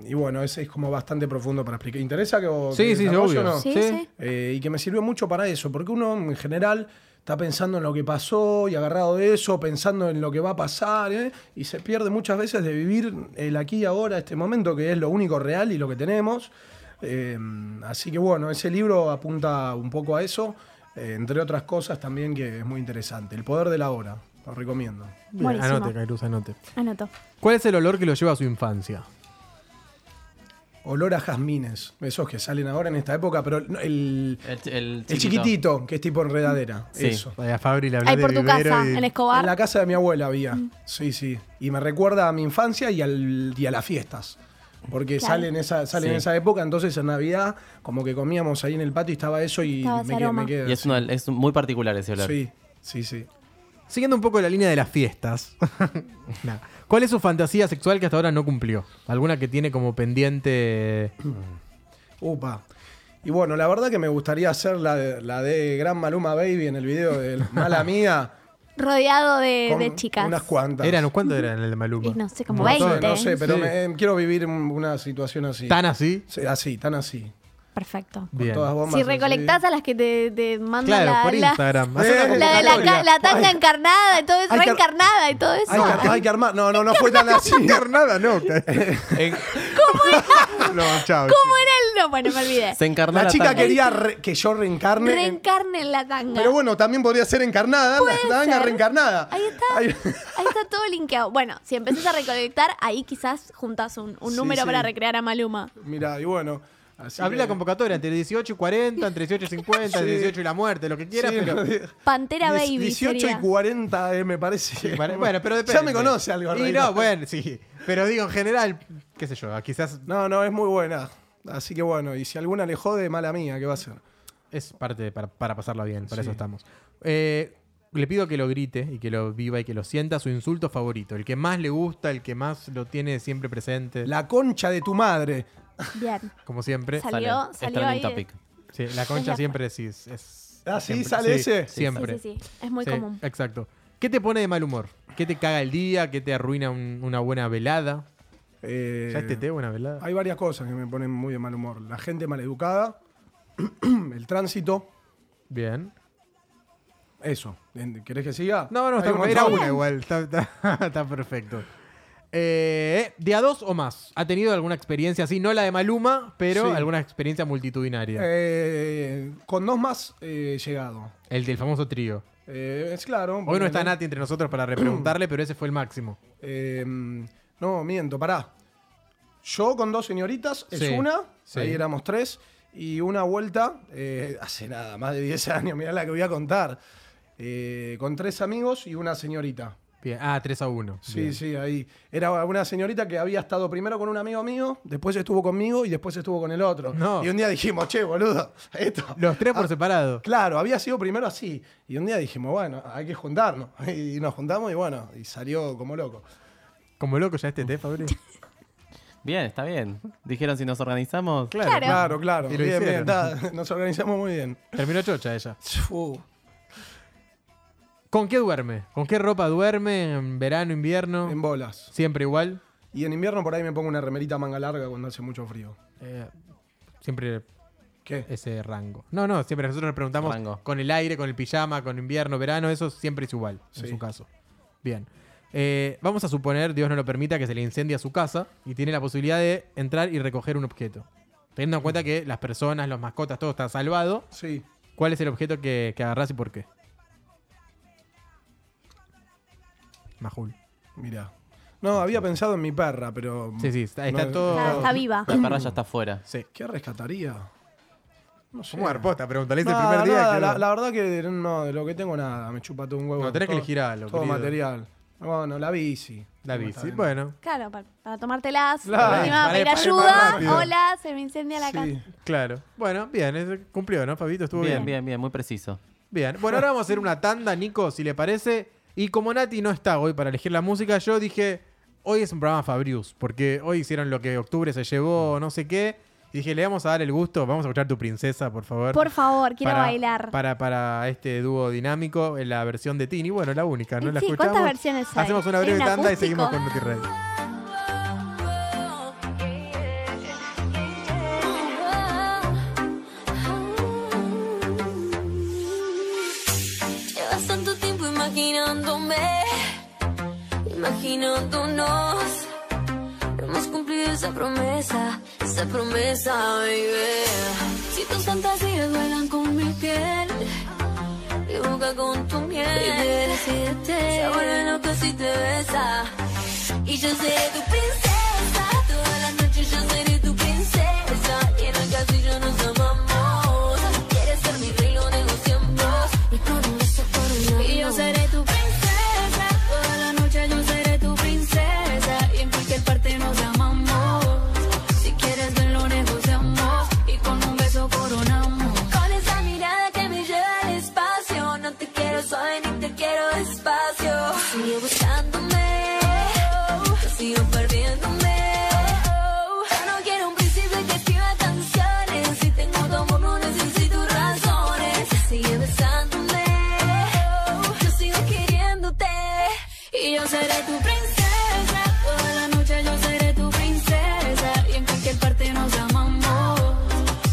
Speaker 3: y bueno, ese es como bastante profundo para explicar. ¿Interesa que vos
Speaker 1: Sí, sí, sí, obvio.
Speaker 3: no?
Speaker 4: Sí, sí.
Speaker 3: Eh, y que me sirvió mucho para eso, porque uno en general está pensando en lo que pasó y agarrado de eso, pensando en lo que va a pasar, ¿eh? y se pierde muchas veces de vivir el aquí y ahora, este momento que es lo único real y lo que tenemos. Eh, así que bueno, ese libro apunta un poco a eso, eh, entre otras cosas también que es muy interesante. El poder de la hora, lo recomiendo.
Speaker 1: Bien,
Speaker 4: Buenísimo.
Speaker 1: Anote, Cairuz, anote.
Speaker 4: Anoto.
Speaker 1: ¿Cuál es el olor que lo lleva a su infancia?
Speaker 3: Olor a jazmines, esos que salen ahora en esta época, pero el, el,
Speaker 2: El, ch- el
Speaker 3: el chiquitito, que es tipo enredadera,
Speaker 2: Sí.
Speaker 3: eso.
Speaker 1: Ahí a Fabri le hablé
Speaker 4: Ahí
Speaker 1: de
Speaker 4: por tu
Speaker 1: vivero
Speaker 4: casa,
Speaker 1: y-
Speaker 4: en
Speaker 3: En la
Speaker 4: Escobar.
Speaker 3: casa de mi abuela había.
Speaker 4: Mm.
Speaker 3: Sí, sí. Y me recuerda a mi infancia y, al, y a las fiestas. Porque
Speaker 4: Claro.
Speaker 3: sale, en esa, sale en
Speaker 2: Sí.
Speaker 3: esa época, entonces en Navidad, como que comíamos ahí en el patio y estaba eso y
Speaker 4: Estaba ese
Speaker 3: me, quedé,
Speaker 4: aroma.
Speaker 3: me quedé.
Speaker 2: Y es, uno, es muy particular ese olor.
Speaker 3: sí, sí, sí.
Speaker 1: Siguiendo un poco la línea de las fiestas. Nah. ¿Cuál es su fantasía sexual que hasta ahora no cumplió? ¿Alguna que tiene como pendiente?
Speaker 3: Upa. Y bueno, la verdad que me gustaría hacer la de, la de Gran Maluma Baby en el video de Mala Mía.
Speaker 4: Rodeado de,
Speaker 3: con
Speaker 4: Eh, de chicas.
Speaker 3: Unas cuantas.
Speaker 1: ¿Eran cuánto eran el de Maluma?
Speaker 4: Y no sé, como
Speaker 1: Un
Speaker 3: no,
Speaker 1: montón.
Speaker 3: sé,
Speaker 4: 20.
Speaker 3: no sé, pero
Speaker 1: Sí.
Speaker 3: me- eh, quiero vivir un- una situación así.
Speaker 1: ¿Tan así?
Speaker 3: Sí, así, tan así.
Speaker 4: Perfecto.
Speaker 3: Con
Speaker 1: Bien.
Speaker 3: todas bombas
Speaker 4: Si
Speaker 3: así.
Speaker 4: recolectás a las que te, te mandan
Speaker 1: Claro,
Speaker 4: la,
Speaker 1: por
Speaker 4: la-
Speaker 1: Instagram.
Speaker 3: Eh,
Speaker 4: la de la,
Speaker 3: Victoria.
Speaker 4: ca- la tanga encarnada y todo eso,
Speaker 3: Hay que-
Speaker 4: reencarnada y todo eso.
Speaker 3: Hay que, hay que armar. No, no, no fue tan así.
Speaker 1: nada, no.
Speaker 2: En-
Speaker 1: No, chao.
Speaker 4: ¿Cómo era el no? Bueno, me olvidé.
Speaker 2: se encarnó
Speaker 3: La chica
Speaker 2: tanga.
Speaker 3: quería re- que yo reencarne. en-
Speaker 4: Reencarne en la tanga.
Speaker 3: Pero bueno, también podría ser encarnada, la- la tanga
Speaker 4: ser.
Speaker 3: reencarnada.
Speaker 4: Ahí está.
Speaker 3: Ahí-
Speaker 4: Ahí está todo linkeado. Bueno, si empezás a recolectar, ahí quizás juntás un, un
Speaker 3: Sí,
Speaker 4: número
Speaker 3: sí.
Speaker 4: para recrear a Maluma.
Speaker 3: Mirá, y bueno. así
Speaker 1: Abrí
Speaker 3: que-
Speaker 1: la convocatoria entre 18 y 40, entre 18 y 50, entre
Speaker 3: Sí.
Speaker 1: 18 y la muerte, lo que
Speaker 3: Sí,
Speaker 1: quieras, pero.
Speaker 4: Pantera
Speaker 3: diez-
Speaker 4: Baby
Speaker 3: 18
Speaker 4: sería.
Speaker 3: y 40, eh, me parece.
Speaker 1: Bueno, bueno, pero depende.
Speaker 3: Ya me conoce algo.
Speaker 1: Y
Speaker 3: Reina.
Speaker 1: no, bueno, sí. Pero digo, en general, qué sé yo, quizás
Speaker 3: no, no, es muy buena. Así que bueno, y si alguna le jode, mala mía, ¿qué va a ser?
Speaker 1: es parte de- para, para pasarla bien, para
Speaker 3: Sí.
Speaker 1: eso estamos. Eh, le pido que lo grite y que lo viva y que lo sienta, su insulto favorito, el que más le gusta, el que más lo tiene siempre presente,
Speaker 3: La concha de tu madre.
Speaker 4: Bien.
Speaker 1: como siempre.
Speaker 4: Sal-
Speaker 2: Sale.
Speaker 4: Salió-
Speaker 2: Es
Speaker 4: salió
Speaker 2: trending
Speaker 4: ahí.
Speaker 2: topic.
Speaker 1: Sí, la concha siempre sí es. es-
Speaker 3: Ah, sí,
Speaker 1: siempre.
Speaker 3: sale ese.
Speaker 1: Siempre.
Speaker 4: Sí, sí, sí. Es muy
Speaker 1: Sí,
Speaker 4: común.
Speaker 1: Exacto. ¿Qué te pone de mal humor? ¿Qué te caga el día? ¿Qué te arruina un- una buena velada?
Speaker 3: Eh,
Speaker 1: ¿Ya este té, buena velada?
Speaker 3: Hay varias cosas que me ponen muy de mal humor. La gente maleducada, el tránsito,
Speaker 1: Bien.
Speaker 3: eso. En- ¿Querés que siga?
Speaker 1: No, no,
Speaker 3: Hay
Speaker 1: está
Speaker 3: un
Speaker 1: como- era
Speaker 3: montón.
Speaker 1: una igual. Está, está- está perfecto. Eh, ¿De a dos o más? ¿Ha tenido alguna experiencia así? No la de Maluma, pero
Speaker 3: Sí.
Speaker 1: alguna experiencia multitudinaria.
Speaker 3: Eh, con dos más eh, llegado.
Speaker 1: El del famoso trío.
Speaker 3: Eh, es claro.
Speaker 1: Hoy no
Speaker 3: ponele.
Speaker 1: está Nati entre nosotros para repreguntarle, pero ese fue el máximo.
Speaker 3: Eh, no, miento, pará. Yo con dos señoritas, es
Speaker 1: Sí,
Speaker 3: una,
Speaker 1: sí.
Speaker 3: ahí éramos tres, y una vuelta, eh, hace nada, más de 10 años, mirá la que voy a contar, eh, con tres amigos y una señorita.
Speaker 1: Bien. Ah, 3 a 1.
Speaker 3: Sí, sí, ahí. Era una señorita que había estado primero con un amigo mío, después estuvo conmigo y después estuvo con el otro.
Speaker 1: No.
Speaker 3: Y un día dijimos, che, boludo, esto.
Speaker 1: Los tres por
Speaker 3: Ah,
Speaker 1: separado.
Speaker 3: Claro, había sido primero así. Y un día dijimos, bueno, hay que juntarnos. Y nos juntamos y bueno, y salió como loco.
Speaker 1: Como loco ya este té, Fabri.
Speaker 2: Bien, está bien. Dijeron si nos organizamos.
Speaker 4: Claro.
Speaker 3: Claro, claro.
Speaker 1: Y lo
Speaker 3: Bien, bien,
Speaker 1: hicieron.
Speaker 3: está. Nos organizamos muy bien.
Speaker 1: Terminó chocha ella.
Speaker 3: Uh,
Speaker 1: ¿Con qué duerme? ¿Con qué ropa duerme? ¿En verano, invierno?
Speaker 3: en bolas.
Speaker 1: Siempre igual.
Speaker 3: Y en invierno por ahí me pongo una remerita manga larga cuando hace mucho frío.
Speaker 1: Eh, siempre
Speaker 3: ¿Qué?
Speaker 1: ese rango. No, no, siempre nosotros nos preguntamos
Speaker 2: Rango.
Speaker 1: con el aire, con el pijama, con invierno, verano, eso siempre es igual en
Speaker 3: Sí.
Speaker 1: su caso. Bien. Eh, vamos a suponer, Dios no lo permita, que se le incendia su casa y tiene la posibilidad de entrar y recoger un objeto. Teniendo en cuenta que las personas, las mascotas, todo está salvado,
Speaker 3: Sí.
Speaker 1: ¿cuál es el objeto que, que agarrás y por qué? Majul.
Speaker 3: Mira. No, había pensado en mi perra, pero.
Speaker 1: Sí, sí, está, está
Speaker 3: No,
Speaker 1: todo.
Speaker 4: Nada, está viva.
Speaker 2: La perra ya está afuera.
Speaker 1: Sí.
Speaker 3: ¿Qué rescataría? No sé.
Speaker 1: ¿Cómo arpota? Pregúntale es el
Speaker 3: Nada,
Speaker 1: primer día.
Speaker 3: nada,
Speaker 1: que
Speaker 3: la,
Speaker 1: lo-
Speaker 3: la verdad que no, de lo que tengo nada, me chupa todo un huevo.
Speaker 1: No, tenés que
Speaker 3: Todo-
Speaker 1: elegir algo,
Speaker 3: Todo
Speaker 1: querido.
Speaker 3: material. Bueno, la bici.
Speaker 1: la
Speaker 3: Está
Speaker 1: bici.
Speaker 3: bien.
Speaker 1: Bueno,
Speaker 4: Claro, para, para tomártelas.
Speaker 3: Claro.
Speaker 4: Para, encima,
Speaker 1: Pará,
Speaker 4: pedir
Speaker 1: pará,
Speaker 4: ayuda.
Speaker 1: más rápido.
Speaker 4: Hola, se me incendia la
Speaker 3: Sí.
Speaker 4: casa.
Speaker 1: claro. Bueno, bien, es- cumplió, ¿no, Fabito? Estuvo
Speaker 2: Bien,
Speaker 1: bien.
Speaker 2: bien, bien, muy preciso.
Speaker 1: Bien, bueno, ahora vamos a hacer una tanda, Nico, si le parece. Y como Nati no está hoy para elegir la música, yo dije, hoy es un programa Fabrius, porque hoy hicieron lo que octubre se llevó, no sé qué. Y dije, le vamos a dar el gusto, vamos a escuchar tu princesa, por favor.
Speaker 4: Por favor, quiero
Speaker 1: Para-
Speaker 4: bailar.
Speaker 1: Para, para este dúo dinámico, en la versión de Tini, bueno, la única, ¿no?
Speaker 4: Eh,
Speaker 1: la
Speaker 4: sí,
Speaker 1: escuchamos.
Speaker 4: ¿cuántas versiones hay?
Speaker 1: Hacemos una breve
Speaker 4: En
Speaker 1: tanda y
Speaker 4: acústico.
Speaker 1: seguimos con Nati Red.
Speaker 5: Llevas tanto tiempo imaginándome, imaginándonos. No hemos cumplido esa promesa, esa promesa, baby. Si tus fantasías vuelan con mi piel y boca con tu miel, baby, decídete. Se vuelve loco si te besa. Y yo seré tu princesa Toda la noche yo seré tu princesa Y en el castillo nos amamos Quieres ser mi rey, lo negociamos Y corona se corona Y yo seré tu princesa Toda la noche yo seré tu princesa Y en cualquier parte nos amamos Si quieres ven, lo negociamos Y con un beso coronamos Con esa mirada que me lleva al espacio No te quiero suave ni te quiero despacio Sigue buscándome yo sigo perdiéndome. Yo no quiero un príncipe que escriba canciones. Si tengo tu amor, no necesito razones. Sigue besándome. Yo sigo queriéndote. Y yo seré tu princesa. Toda la noche yo seré tu princesa. Y en cualquier parte nos amamos.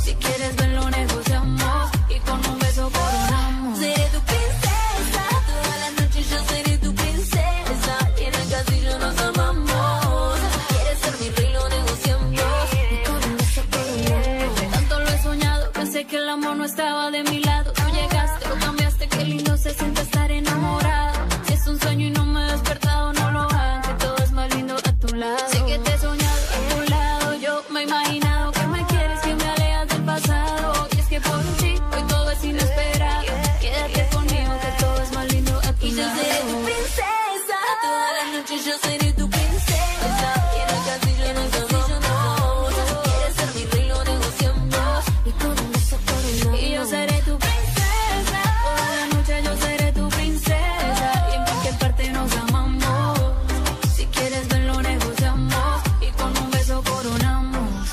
Speaker 5: Si quieres verlo, negociamos. Y con un beso coronamos. Seré tu princesa. Toda la noche yo seré tu princesa. Y en el castillo nos amamos. Quieres ser mi rey, lo negociamos. Y con un beso coronamos. Tanto lo he soñado, pensé que el amor no estaba de mi lado. Tú llegaste, lo cambiaste, qué lindo se siente estar enamorado. Si es un sueño y no me he despertado, no lo hagas, que todo es más lindo a tu lado. Sé que te he soñado a tu lado, yo me he imaginado que me quieres, que me alejas del pasado. Y es que por un chico hoy todo es inesperado. Quédate conmigo, que todo es más lindo a tu lado. Y yo seré tu princesa, toda la noche yo seré tu princesa. Y en el castillo nos amamos. Quieres ser mi rey, lo negociamos. Y con un beso coronamos. Y yo seré tu princesa, toda la noche yo seré tu princesa. Y en cualquier parte nos amamos. Si quieres ven, lo negociamos. Y con un beso coronamos.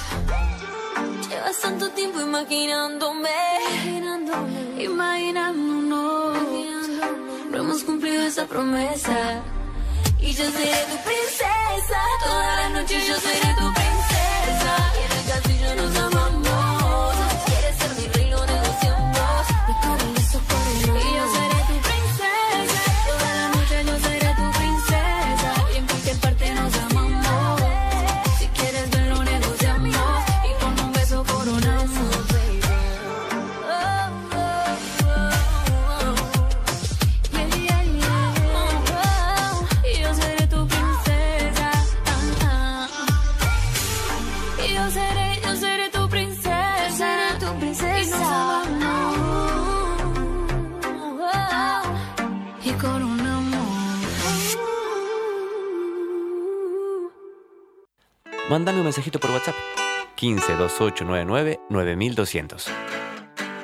Speaker 5: Llevas tanto tiempo imaginándome, imaginándome, imaginándonos. No hemos cumplido esa promesa. Y yo seré tu princesa. Toda la noche yo seré tu princesa. Y en el castillo nos amamos. Quieres ser mi rey, lo negociamos. Y con un beso coronamos. Y yo seré tu princesa. Toda la noche yo seré tu princesa. Y en cualquier parte nos amamos. Si quieres verlo, negociamos. Y con un beso coronamos. Oh, oh, oh, oh. Uhum. Uhum. con un amor.
Speaker 6: Mándame un mensajito por WhatsApp. 15 2899 9200.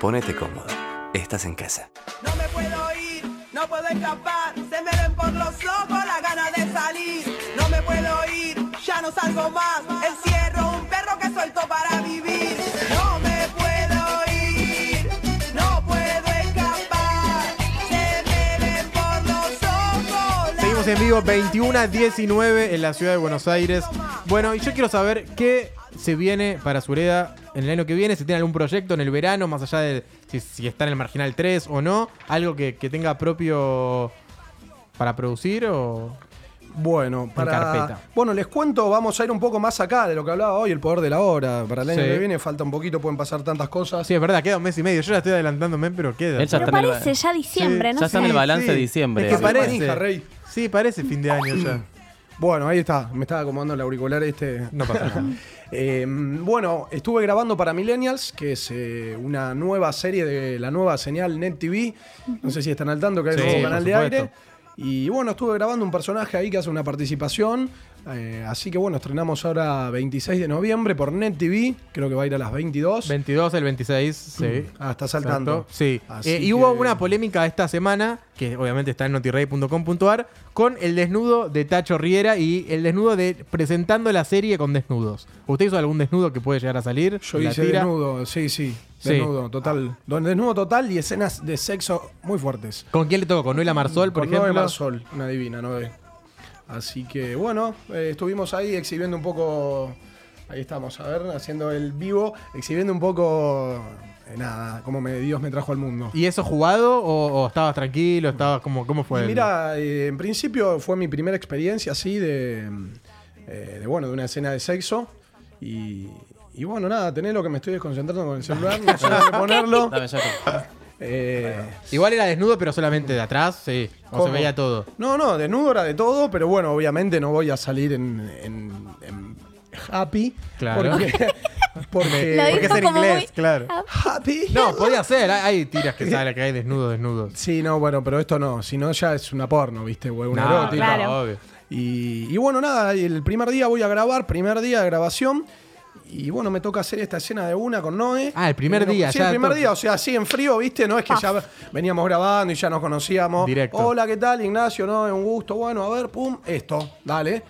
Speaker 6: Ponete cómodo. Estás en casa.
Speaker 7: No me puedo ir, no puedo escapar, se me ven por los ojos las ganas de salir. No me puedo ir, ya no salgo más, encierro un perro que suelto para vivir. No me puedo ir, no puedo escapar, se me ven por los ojos. las
Speaker 1: Seguimos en vivo 21 a 19 en la ciudad de Buenos Aires. Bueno, y yo quiero saber qué se viene para Sureda en el año que viene, si tiene algún proyecto en el verano, más allá de si, si está en el Marginal 3 o no, algo que, que tenga propio para producir o...
Speaker 3: Bueno, para.
Speaker 1: carpeta.
Speaker 3: Bueno, les cuento, vamos a ir un poco más acá de lo que hablaba hoy, el poder de la hora. Para el año
Speaker 1: Sí.
Speaker 3: que viene falta un poquito, pueden pasar tantas cosas.
Speaker 1: Sí, es verdad, queda un mes y medio. Yo ya estoy adelantándome, pero queda.
Speaker 2: Él ya
Speaker 4: Pero
Speaker 2: está en el-
Speaker 4: parece ya diciembre,
Speaker 2: ya
Speaker 4: ¿no?
Speaker 2: está en
Speaker 4: sé.
Speaker 2: el balance
Speaker 3: sí.
Speaker 2: de diciembre.
Speaker 1: Es que
Speaker 3: Sí,
Speaker 1: parece.
Speaker 3: manija, rey.
Speaker 1: Sí, parece fin de año ya.
Speaker 3: Bueno, ahí está. Me estaba acomodando el auricular este.
Speaker 1: No pasa nada.
Speaker 3: Eh, bueno, estuve grabando para Millennials, que es eh, una nueva serie de la nueva señal Net TV. No sé si están al tanto que hay
Speaker 1: Sí,
Speaker 3: un nuevo
Speaker 1: por
Speaker 3: canal de
Speaker 1: supuesto.
Speaker 3: aire. Y bueno, estuve grabando un personaje ahí que hace una participación. Eh, así que bueno, estrenamos ahora 26 de noviembre por Net TV. Creo que va a ir a las 22.
Speaker 1: 22, el 26, sí.
Speaker 3: Ah, está saltando.
Speaker 1: Exacto, Sí.
Speaker 3: Así
Speaker 1: Eh, y hubo
Speaker 3: que-
Speaker 1: una polémica esta semana, que obviamente está en notirrey.com.ar, con el desnudo de Tacho Riera y el desnudo de presentando la serie con desnudos. ¿Usted hizo algún desnudo que puede llegar a salir?
Speaker 3: Yo
Speaker 1: ¿La
Speaker 3: hice
Speaker 1: tira?
Speaker 3: desnudo, sí, sí.
Speaker 1: Sí.
Speaker 3: Desnudo, total. Donde Desnudo total y escenas de sexo muy fuertes.
Speaker 1: ¿Con quién le tocó? ¿Con Noela Marsol, por
Speaker 3: Con
Speaker 1: ejemplo?
Speaker 3: Noé Marsol, una divina, Noé. Así que bueno, eh, estuvimos ahí exhibiendo un poco. Ahí estamos, a ver, haciendo el vivo, exhibiendo un poco. eh, nada, cómo me, Dios me trajo al mundo.
Speaker 1: ¿Y eso jugado o, o estabas tranquilo? Estabas como, ¿Cómo fue?
Speaker 3: Y
Speaker 1: el-
Speaker 3: mira, eh, en principio fue mi primera experiencia así de, eh, de, bueno, de una escena de sexo. Y, y bueno, nada, tenés lo que me estoy desconcentrando con el celular, no sé dónde ponerlo.
Speaker 2: Dame, ya fue.
Speaker 3: Eh,
Speaker 1: Igual era desnudo, pero solamente de atrás, sí. O se
Speaker 3: ¿Cómo?
Speaker 1: veía todo.
Speaker 3: No, no, desnudo era de todo, pero bueno, obviamente no voy a salir en, en- en happy.
Speaker 1: Claro.
Speaker 3: Porque, porque-
Speaker 4: Lo
Speaker 1: Porque
Speaker 4: dijo
Speaker 1: es en
Speaker 4: como
Speaker 1: inglés,
Speaker 4: muy-
Speaker 1: claro.
Speaker 3: happy.
Speaker 1: No, podía ser. Hay, hay tiras que sale que hay desnudo, desnudos.
Speaker 3: Sí, no, bueno, pero esto no, si no ya es una porno, ¿viste? O una
Speaker 1: No,
Speaker 3: erótica.
Speaker 4: Claro.
Speaker 1: obvio.
Speaker 3: Y, y bueno, nada, el primer día voy a grabar, primer día de grabación. Y bueno, me toca hacer esta escena de una con Noé.
Speaker 1: Ah, el primer
Speaker 3: Y bueno,
Speaker 1: día,
Speaker 3: Sí,
Speaker 1: ya
Speaker 3: el primer
Speaker 1: todo-
Speaker 3: día, o sea, así en frío, ¿viste? No es que ya veníamos grabando y ya nos conocíamos.
Speaker 1: Directo.
Speaker 3: Hola, ¿qué tal, Ignacio? No, es un gusto. Bueno, a ver, pum, esto, dale.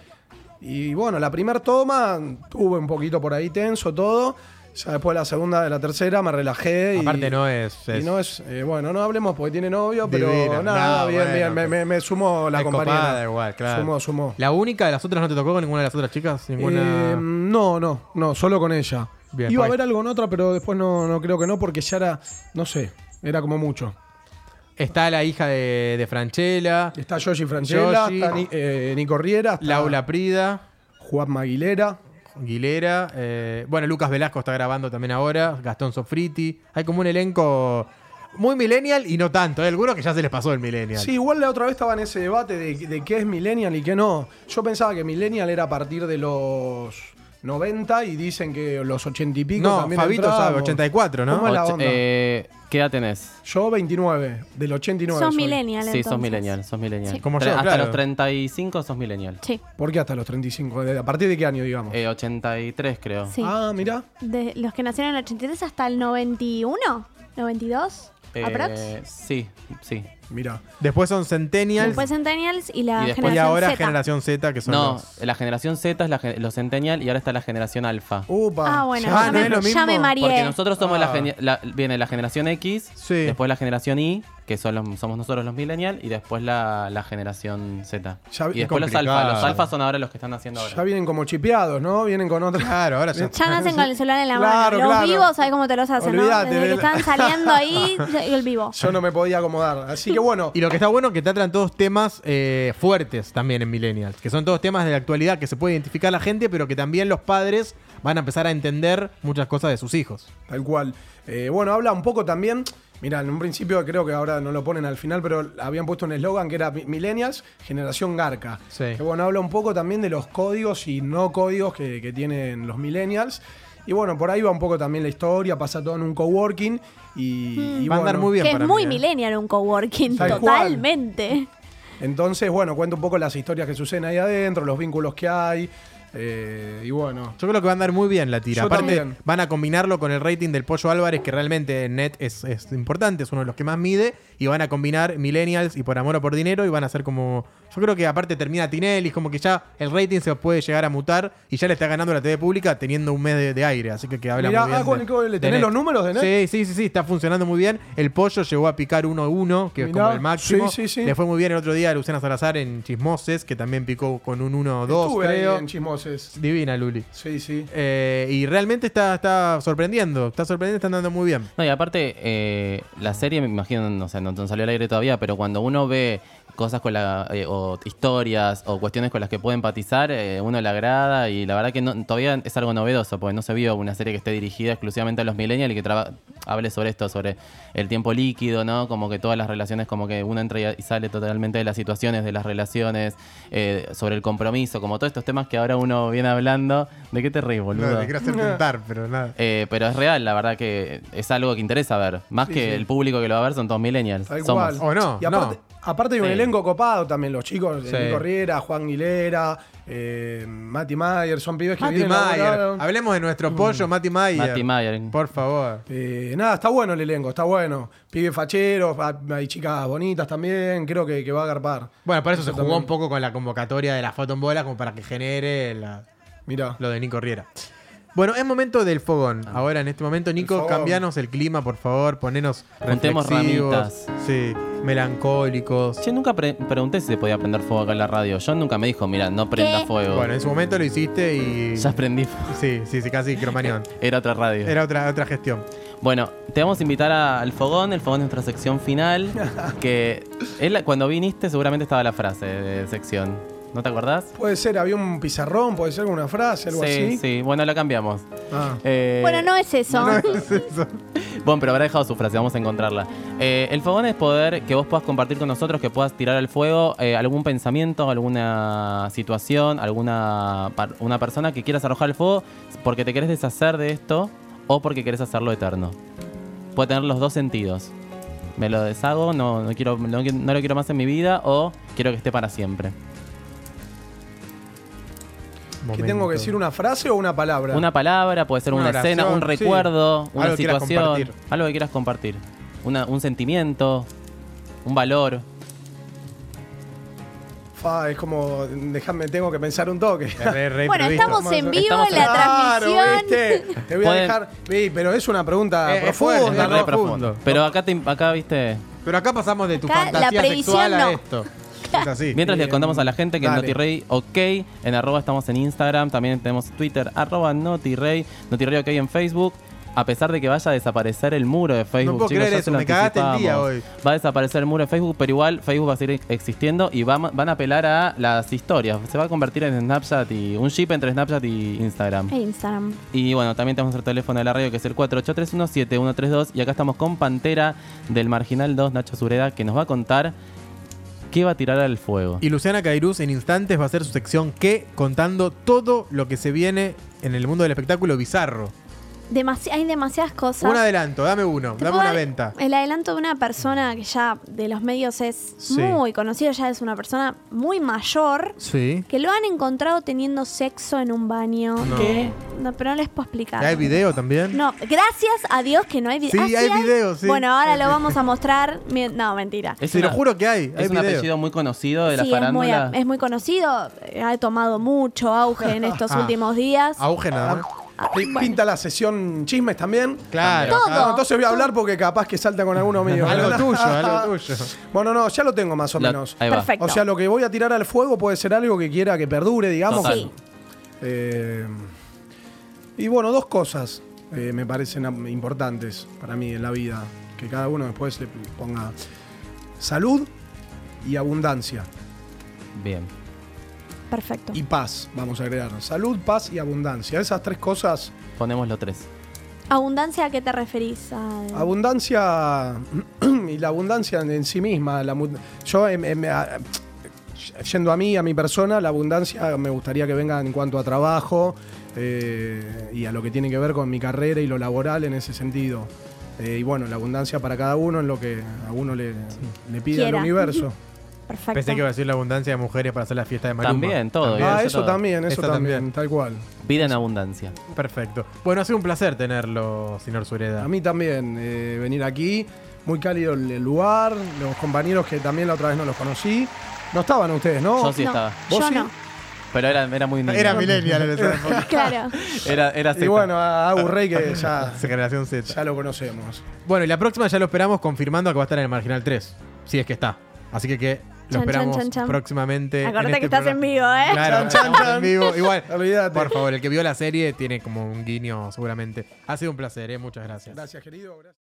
Speaker 3: Y bueno, la primera toma tuve un poquito por ahí tenso todo. Ya después de la segunda, de la tercera, me relajé. y-
Speaker 1: Aparte no es-
Speaker 3: y
Speaker 1: es-
Speaker 3: no es. eh, bueno, no hablemos porque tiene novio,
Speaker 1: Divina.
Speaker 3: pero nada,
Speaker 1: No,
Speaker 3: bien,
Speaker 1: bueno,
Speaker 3: bien. Me,
Speaker 1: pero-
Speaker 3: me- me sumó la
Speaker 1: Es
Speaker 3: compañía.
Speaker 1: copada igual, claro.
Speaker 3: Sumó, sumó.
Speaker 1: ¿La única de las otras no te tocó con ninguna de las otras chicas? Ninguna.
Speaker 3: Eh, no, no, no, solo con ella.
Speaker 1: Bien,
Speaker 3: Iba a
Speaker 1: guay.
Speaker 3: haber algo en otra, pero después no, no creo que no, porque ya era, no sé, era como mucho.
Speaker 1: Está la hija de, de Franchella,
Speaker 3: Está Yoshi Franchella,
Speaker 1: Yoshi.
Speaker 3: está Ni- eh, Nico Riera, está
Speaker 1: Laura Prida,
Speaker 3: Juan Maguilera.
Speaker 1: Aguilera. eh, bueno, Lucas Velasco está grabando también ahora, Gastón Sofriti. Hay como un elenco muy millennial y no tanto. Hay algunos que ya se les pasó el millennial.
Speaker 3: Sí, igual la otra vez estaba en ese debate de, de qué es Millennial y qué no. Yo pensaba que Millennial era a partir de los 90 y dicen que los 80 y pico
Speaker 1: No,
Speaker 3: también
Speaker 1: Fabito sabe,
Speaker 3: entrábamos.
Speaker 1: 84, ¿no?
Speaker 3: ¿Cómo es la
Speaker 2: Och-
Speaker 3: onda?
Speaker 2: eh, ¿Qué edad tenés?
Speaker 3: Yo 29, del 89.
Speaker 4: Sos
Speaker 3: soy.
Speaker 4: millennial,
Speaker 2: Sí, sos
Speaker 4: entonces.
Speaker 2: millennial, sos millennial.
Speaker 4: Sí.
Speaker 1: Como
Speaker 2: Tre-
Speaker 1: yo,
Speaker 2: Hasta
Speaker 1: claro.
Speaker 2: los 35 sos millennial.
Speaker 4: Sí,
Speaker 3: ¿Por qué hasta los 35? ¿De- ¿A partir de qué año, digamos?
Speaker 2: Eh, 83 creo.
Speaker 4: sí.
Speaker 3: Ah, mira.
Speaker 4: De los que nacieron en el 83 hasta el 91, 92,
Speaker 2: Eh,
Speaker 4: aprox.
Speaker 2: sí, sí.
Speaker 3: Mira,
Speaker 1: Después son Centennials
Speaker 4: Después Centennials y la
Speaker 2: Y después-
Speaker 1: y
Speaker 4: generación
Speaker 1: ahora
Speaker 4: Z.
Speaker 1: Generación Z, que son
Speaker 2: No,
Speaker 1: los-
Speaker 2: la generación Z es la, gen- los centennial y ahora está la generación alfa.
Speaker 3: upa.
Speaker 4: Ah, bueno,
Speaker 1: Ah,
Speaker 4: ya,
Speaker 1: ¿no
Speaker 4: me,
Speaker 1: es lo
Speaker 4: ya
Speaker 1: mismo?
Speaker 4: me mareé.
Speaker 2: Porque nosotros somos
Speaker 1: Ah.
Speaker 2: la, gene- la- viene la generación X,
Speaker 1: Sí.
Speaker 2: después la generación Y, que son los- somos nosotros los millennial, y después la, la generación Z.
Speaker 3: Ya vi-
Speaker 2: y después los
Speaker 1: complicado.
Speaker 2: alfa. Los alfa son ahora los que están haciendo ahora.
Speaker 3: Ya vienen como chipeados, ¿no? Vienen con otra.
Speaker 1: Claro, ahora son...
Speaker 4: Ya nacen con el celular en la
Speaker 3: Claro,
Speaker 4: mano. Los
Speaker 3: claro.
Speaker 4: vivos, ¿sabes cómo te los hacen?
Speaker 3: Olvídate,
Speaker 4: no? Desde que
Speaker 3: de la-
Speaker 4: están saliendo ahí, el vivo.
Speaker 3: Yo no me podía acomodar. Así que bueno.
Speaker 1: Y lo que está bueno es que tratan todos temas eh, fuertes también en Millennials, que son todos temas de la actualidad que se puede identificar la gente, pero que también los padres van a empezar a entender muchas cosas de sus hijos.
Speaker 3: Tal cual. Eh, bueno, habla un poco también. Mira, en un principio creo que ahora no lo ponen al final, pero habían puesto un eslogan que era mi- Millennials, generación garca.
Speaker 1: Sí.
Speaker 3: Que bueno, habla un poco también de los códigos y no códigos que, que tienen los Millennials. Y bueno, por ahí va un poco también la historia, pasa todo en un coworking y, y
Speaker 1: Va a andar
Speaker 3: bueno,
Speaker 1: muy bien
Speaker 4: que es
Speaker 1: para
Speaker 4: muy
Speaker 1: mí, ¿eh?
Speaker 4: millennial un coworking,
Speaker 3: Tal cual.
Speaker 4: totalmente.
Speaker 3: Entonces, bueno, cuenta un poco las historias que suceden ahí adentro, los vínculos que hay. eh, y bueno,
Speaker 1: Yo creo que va a andar muy bien la tira.
Speaker 3: Yo
Speaker 1: Aparte,
Speaker 3: también.
Speaker 1: van a combinarlo con el rating del Pollo Álvarez, que realmente en net es, es importante, es uno de los que más mide. Y van a combinar Millennials y Por Amor o Por Dinero. Y van a ser como. Yo creo que aparte termina Tinelli, como que ya el rating se puede llegar a mutar. Y ya le está ganando la TV pública teniendo un mes de, de aire. Así que, que habla
Speaker 3: Mirá,
Speaker 1: muy bien.
Speaker 3: ah, con-
Speaker 1: de-
Speaker 3: con- ¿le
Speaker 1: de
Speaker 3: tenés
Speaker 1: Net.
Speaker 3: los números de Net?
Speaker 1: Sí, sí, sí, sí, está funcionando muy bien. El Pollo llegó a picar 1-1, que es
Speaker 3: Mirá,
Speaker 1: como el máximo.
Speaker 3: sí, sí, sí.
Speaker 1: Le fue muy bien el otro día a Luciana Salazar en Chismoses, que también picó con un 1-2,
Speaker 3: estuve ahí
Speaker 1: creo.
Speaker 3: en Chismoses.
Speaker 1: Divina, Luli.
Speaker 3: Sí, sí.
Speaker 1: Eh, y realmente está, está sorprendiendo, está sorprendiendo, está andando muy bien.
Speaker 2: No, y aparte, eh, la serie, me imagino, no sé, no, no salió al aire todavía, pero cuando uno ve cosas con la, eh, o historias o cuestiones con las que puede empatizar, eh, uno le agrada y la verdad que no- todavía es algo novedoso, porque no se vio una serie que esté dirigida exclusivamente a los millennials y que traba- hable sobre esto, sobre el tiempo líquido, ¿no? Como que todas las relaciones, como que uno entra y- y sale totalmente de las situaciones, de las relaciones, eh, sobre el compromiso, como todos estos temas que ahora uno viene hablando. ¿De qué te reís, boludo?
Speaker 1: hacer tentar, pero nada.
Speaker 2: Eh, pero es real, la verdad que es algo que interesa ver. Más que el público que lo va a ver son todos millennials.
Speaker 3: Tal
Speaker 2: Somos.
Speaker 3: cual.
Speaker 1: O no,
Speaker 3: Y aparte,
Speaker 1: no.
Speaker 3: aparte hay un
Speaker 2: Sí.
Speaker 3: elenco copado también, los chicos,
Speaker 1: Sí.
Speaker 3: Nico Riera, Juan Aguilera, eh, Mati Mayer, son pibes que
Speaker 1: Mati
Speaker 3: vienen
Speaker 1: Mayer,
Speaker 3: laburando.
Speaker 1: hablemos de nuestro pollo, Mati Mayer.
Speaker 2: Mati Mayer.
Speaker 1: Por favor.
Speaker 3: Eh, nada, está bueno el elenco, está bueno. Pibes facheros, ah, hay chicas bonitas también, creo que, que va a agarpar.
Speaker 1: Bueno, para eso, se jugó
Speaker 3: también.
Speaker 1: un poco con la convocatoria de la foto en bola, como para que genere la-
Speaker 3: Mirá.
Speaker 1: lo de Nico Riera. Bueno, es momento del
Speaker 2: Ah.
Speaker 1: fogón. Ahora, en este momento, Nico,
Speaker 3: fogón.
Speaker 1: cambianos el clima, por favor. Ponenos
Speaker 2: Juntemos
Speaker 1: reflexivos.
Speaker 2: ramitas.
Speaker 1: Sí, melancólicos.
Speaker 2: Che, nunca pre- pregunté si se podía prender fuego acá en la radio. John nunca me dijo, mira, no prenda
Speaker 4: ¿Qué?
Speaker 2: fuego.
Speaker 1: Bueno, en su momento lo hiciste y...
Speaker 2: ya prendí fuego.
Speaker 1: Sí, sí, sí, casi cromañón.
Speaker 2: Era otra radio.
Speaker 1: Era otra, otra gestión.
Speaker 2: Bueno, te vamos a invitar a- al fogón. El fogón es nuestra sección final. que es la- cuando viniste seguramente estaba la frase de sección. ¿No te acordás?
Speaker 3: Puede ser, había un pizarrón, puede ser una frase, algo
Speaker 2: sí,
Speaker 3: así.
Speaker 2: sí. Bueno, la cambiamos.
Speaker 3: Ah.
Speaker 2: Eh,
Speaker 4: bueno, no es eso.
Speaker 2: Bueno, pero habrá dejado su frase, vamos a encontrarla. Eh, el fogón es poder que vos puedas compartir con nosotros, que puedas tirar al fuego eh, algún pensamiento, alguna situación, alguna par- una persona que quieras arrojar al fuego porque te querés deshacer de esto o porque querés hacerlo eterno. Puede tener los dos sentidos. Me lo deshago, no, no quiero, no, qui- no lo quiero más en mi vida o quiero que esté para siempre.
Speaker 3: ¿Que tengo que decir una frase o una palabra?
Speaker 2: Una palabra, puede ser
Speaker 1: Una
Speaker 2: una, escena,
Speaker 1: oración,
Speaker 2: un
Speaker 1: sí.
Speaker 2: recuerdo, una
Speaker 1: Algo que quieras
Speaker 2: situación,
Speaker 1: compartir.
Speaker 2: algo que quieras compartir. Una- un sentimiento, un valor.
Speaker 3: Fa, es como, déjame, tengo que pensar un toque.
Speaker 4: bueno, estamos en vivo
Speaker 2: Estamos
Speaker 4: en la
Speaker 3: Claro,
Speaker 4: transmisión.
Speaker 3: ¿viste? Te voy a
Speaker 2: Pueden-
Speaker 3: dejar. Sí, pero es una pregunta
Speaker 1: Eh, es fuerte,
Speaker 3: profunda.
Speaker 1: es
Speaker 3: ¿no?
Speaker 2: Re
Speaker 1: profundo.
Speaker 2: profundo. Pero acá, te, acá viste.
Speaker 1: Pero acá pasamos de tu
Speaker 4: Acá la
Speaker 1: fantasía
Speaker 4: previsión
Speaker 1: sexual a
Speaker 4: no.
Speaker 1: esto. Es así.
Speaker 2: Mientras le contamos a la gente que en
Speaker 3: dale.
Speaker 2: NotiRey OK, en arroba estamos en Instagram, también tenemos Twitter, arroba NotiRey, NotiRey OK en Facebook. A pesar de que vaya a desaparecer el muro de Facebook,
Speaker 1: puedo
Speaker 2: chicos,
Speaker 1: creer
Speaker 2: ya
Speaker 1: eso,
Speaker 2: se lo
Speaker 1: me cagaste el día
Speaker 2: anticipamos.
Speaker 1: hoy.
Speaker 2: Va a desaparecer el muro de Facebook, pero igual Facebook va a seguir existiendo y va- van a apelar a las historias. Se va a convertir en Snapchat y un chip entre Snapchat y Instagram.
Speaker 4: E Instagram.
Speaker 2: Y bueno, también tenemos nuestro teléfono de la radio que es el 48317132. Y acá estamos con Pantera del Marginal 2, Nacho Sureda, que nos va a contar qué va a tirar al fuego.
Speaker 1: Y Luciana Cairuz en instantes va a hacer su sección que contando todo lo que se viene en el mundo del espectáculo bizarro.
Speaker 4: Demasi- hay demasiadas cosas.
Speaker 1: un adelanto, dame uno,
Speaker 4: Te
Speaker 1: dame
Speaker 4: puedo
Speaker 1: una
Speaker 4: dar
Speaker 1: venta.
Speaker 4: El adelanto de una persona que ya de los medios es
Speaker 1: Sí.
Speaker 4: muy conocida, ya es una persona muy mayor,
Speaker 1: Sí.
Speaker 4: que lo han encontrado teniendo sexo en un baño.
Speaker 1: No.
Speaker 2: ¿Qué?
Speaker 4: No, pero no les puedo explicar.
Speaker 1: ¿Hay video también?
Speaker 4: Ah. No, gracias a Dios que no hay
Speaker 1: Sí,
Speaker 4: video.
Speaker 1: hay video, sí.
Speaker 4: Bueno, ahora lo vamos a mostrar. Mi- No, mentira.
Speaker 2: Es
Speaker 1: Te lo
Speaker 2: una-
Speaker 1: juro que hay, hay
Speaker 2: Es un
Speaker 1: video.
Speaker 2: apellido muy conocido de la
Speaker 4: Sí, es muy,
Speaker 2: farándula.
Speaker 4: es muy conocido, eh, ha tomado mucho auge en estos
Speaker 1: Ah.
Speaker 4: últimos días.
Speaker 1: Auge nada más.
Speaker 4: Ah,
Speaker 3: Pi- Pinta la sesión chismes también.
Speaker 1: Claro.
Speaker 4: Todo.
Speaker 1: claro.
Speaker 3: Ah, entonces voy a hablar porque capaz que salta con alguno mío.
Speaker 1: Algo tuyo, algo tuyo.
Speaker 3: Bueno, no, ya lo tengo más o
Speaker 2: La-
Speaker 3: menos.
Speaker 2: ahí va.
Speaker 4: Perfecto.
Speaker 3: O sea, lo que voy a tirar al fuego puede ser algo que quiera que perdure, digamos.
Speaker 2: Total.
Speaker 4: Sí.
Speaker 3: Eh, y bueno, dos cosas eh, me parecen am- importantes para mí en la vida. Que cada uno después le ponga salud y abundancia.
Speaker 2: Bien.
Speaker 4: Perfecto.
Speaker 3: Y paz, vamos a agregar. Salud, paz y abundancia. Esas tres cosas.
Speaker 4: Mm.
Speaker 2: Ponemos los tres.
Speaker 4: ¿Abundancia a qué te referís? Al-
Speaker 3: Abundancia y la abundancia en sí misma. la mu- yo em- em- a- yendo a mí, a mi persona, la abundancia me gustaría que venga en cuanto a trabajo eh, y a lo que tiene que ver con mi carrera y lo laboral en ese sentido. Eh, y bueno, la abundancia para cada uno en lo que a uno le, le pide al
Speaker 4: Quiera.
Speaker 3: universo.
Speaker 4: Perfecto.
Speaker 1: Pensé que iba a decir la abundancia de mujeres para hacer la fiesta de Maluma.
Speaker 2: También, todo.
Speaker 3: Ah,
Speaker 2: eso
Speaker 3: eso
Speaker 2: todo.
Speaker 3: también, eso
Speaker 1: Eso
Speaker 3: también,
Speaker 1: también.
Speaker 3: tal cual.
Speaker 2: Vida en abundancia.
Speaker 1: Ah, Perfecto. Bueno, ha sido un placer tenerlo, señor Sureda.
Speaker 3: A mí también, eh, venir aquí, muy cálido el el lugar, los compañeros que también la otra vez no los conocí. No estaban ustedes, ¿no?
Speaker 2: Yo sí
Speaker 4: No,
Speaker 2: estaba.
Speaker 3: ¿Vos
Speaker 4: yo
Speaker 3: sí?
Speaker 4: no.
Speaker 2: Pero era, era muy niño.
Speaker 1: Era millennial en esa
Speaker 4: Claro.
Speaker 2: Era, era
Speaker 3: Y
Speaker 2: secta.
Speaker 3: bueno, a Agus Rey que ya,
Speaker 1: época. Generación Z.
Speaker 3: ya lo conocemos.
Speaker 1: Bueno, y la próxima ya lo esperamos confirmando que va a estar en el Marginal 3. Si es que está. Así que, que lo
Speaker 4: Chan,
Speaker 1: esperamos
Speaker 4: chan, chan, chan.
Speaker 1: próximamente.
Speaker 4: Acordate
Speaker 1: este
Speaker 4: que estás en vivo, ¿eh?
Speaker 1: Claro,
Speaker 3: Chan, chan,
Speaker 1: estamos
Speaker 3: chan.
Speaker 1: en vivo. Igual,
Speaker 3: Olvídate.
Speaker 1: por favor, el que vio la serie tiene como un guiño seguramente. Ha sido un placer, ¿eh? Muchas
Speaker 3: Gracias, querido. Gracias.